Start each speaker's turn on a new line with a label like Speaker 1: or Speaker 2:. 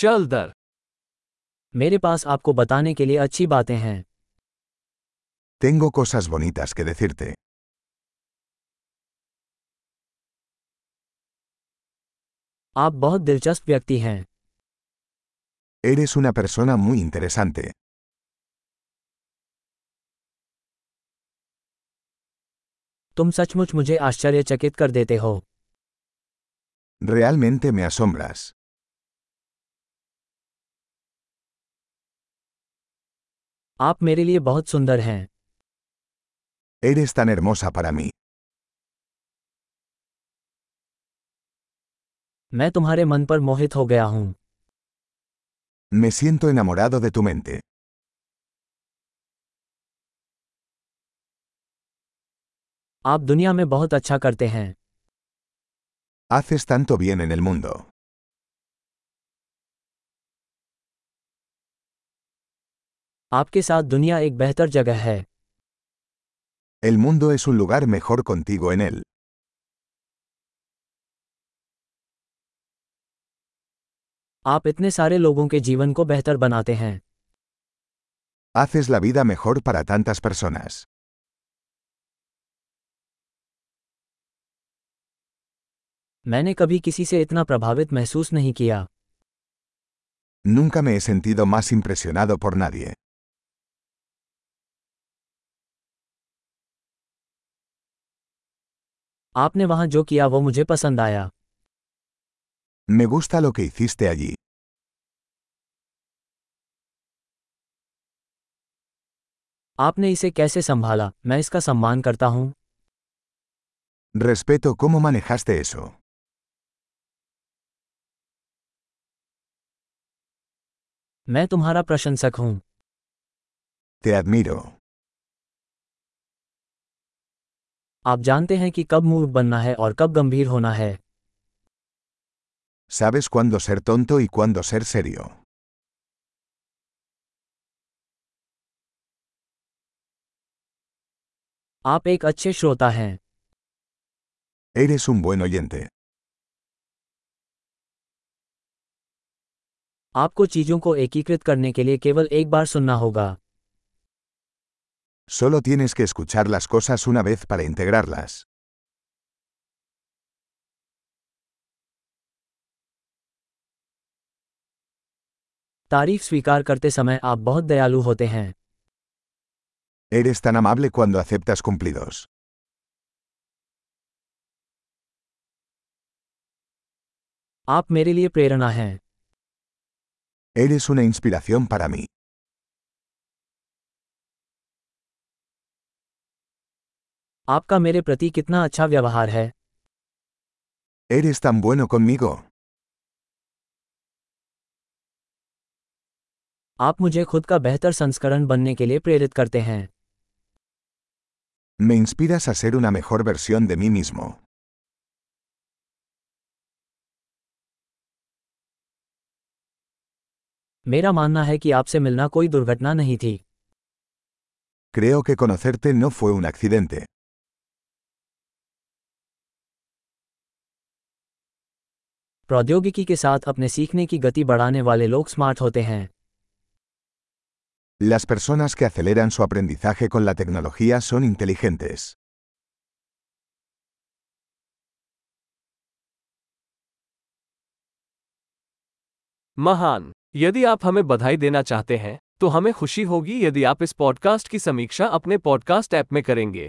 Speaker 1: चल दर
Speaker 2: मेरे पास आपको बताने के लिए अच्छी बातें हैं
Speaker 3: Tengo cosas bonitas que decirte.
Speaker 2: आप बहुत दिलचस्प व्यक्ति हैं
Speaker 3: Eres una persona muy interesante.
Speaker 2: तुम सचमुच मुझे आश्चर्यचकित कर देते हो
Speaker 3: Realmente me asombras.
Speaker 2: आप मेरे लिए बहुत सुंदर हैं
Speaker 3: Eres tan hermosa para mí.
Speaker 2: मैं तुम्हारे मन पर मोहित हो गया हूँ
Speaker 3: Me siento enamorado de tu mente.
Speaker 2: आप दुनिया में बहुत अच्छा करते हैं
Speaker 3: Haces tanto bien en el mundo.
Speaker 2: आपके साथ दुनिया एक बेहतर जगह है
Speaker 3: El mundo es un lugar mejor contigo en él.
Speaker 2: आप इतने सारे लोगों के जीवन को बेहतर बनाते हैं
Speaker 3: Haces la vida mejor para tantas personas.
Speaker 2: मैंने कभी किसी से इतना प्रभावित महसूस नहीं किया
Speaker 3: Nunca me he sentido más impresionado por nadie.
Speaker 2: आपने वहाँ जो किया वो मुझे पसंद आया
Speaker 3: Me gusta lo que hiciste allí.
Speaker 2: आपने इसे कैसे संभाला मैं इसका सम्मान करता हूँ
Speaker 3: Respeto cómo manejaste eso.
Speaker 2: मैं तुम्हारा प्रशंसक हूँ
Speaker 3: Te admiro.
Speaker 2: आप जानते हैं कि कब मूर्ख बनना है और कब गंभीर होना है
Speaker 3: Sabes cuándo ser tonto y cuándo ser serio.
Speaker 2: आप एक अच्छे श्रोता हैं
Speaker 3: Eres un buen oyente.
Speaker 2: आपको चीजों को एकीकृत करने के लिए केवल एक बार सुनना होगा
Speaker 3: Solo tienes que escuchar las cosas una vez para integrarlas.
Speaker 2: तारीफ स्वीकार करते समय आप बहुत दयालु होते हैं
Speaker 3: Eres tan amable cuando aceptas cumplidos.
Speaker 2: आप मेरे लिए प्रेरणा हैं
Speaker 3: Eres una inspiración para mí.
Speaker 2: आपका मेरे प्रति कितना अच्छा व्यवहार है
Speaker 3: Eres tan bueno conmigo.
Speaker 2: आप मुझे खुद का बेहतर संस्करण बनने के लिए प्रेरित करते हैं
Speaker 3: Me inspiras a ser una mejor versión de mí mismo.
Speaker 2: मेरा मानना है कि आपसे मिलना कोई दुर्घटना नहीं थी
Speaker 3: Creo que conocerte no fue un accidente.
Speaker 2: प्रौद्योगिकी के साथ अपने सीखने की गति बढ़ाने वाले लोग स्मार्ट होते हैं
Speaker 3: Las personas que aceleran su aprendizaje con la tecnología son inteligentes.
Speaker 1: महान यदि आप हमें बधाई देना चाहते हैं तो हमें खुशी होगी यदि आप इस पॉडकास्ट की समीक्षा अपने पॉडकास्ट ऐप में करेंगे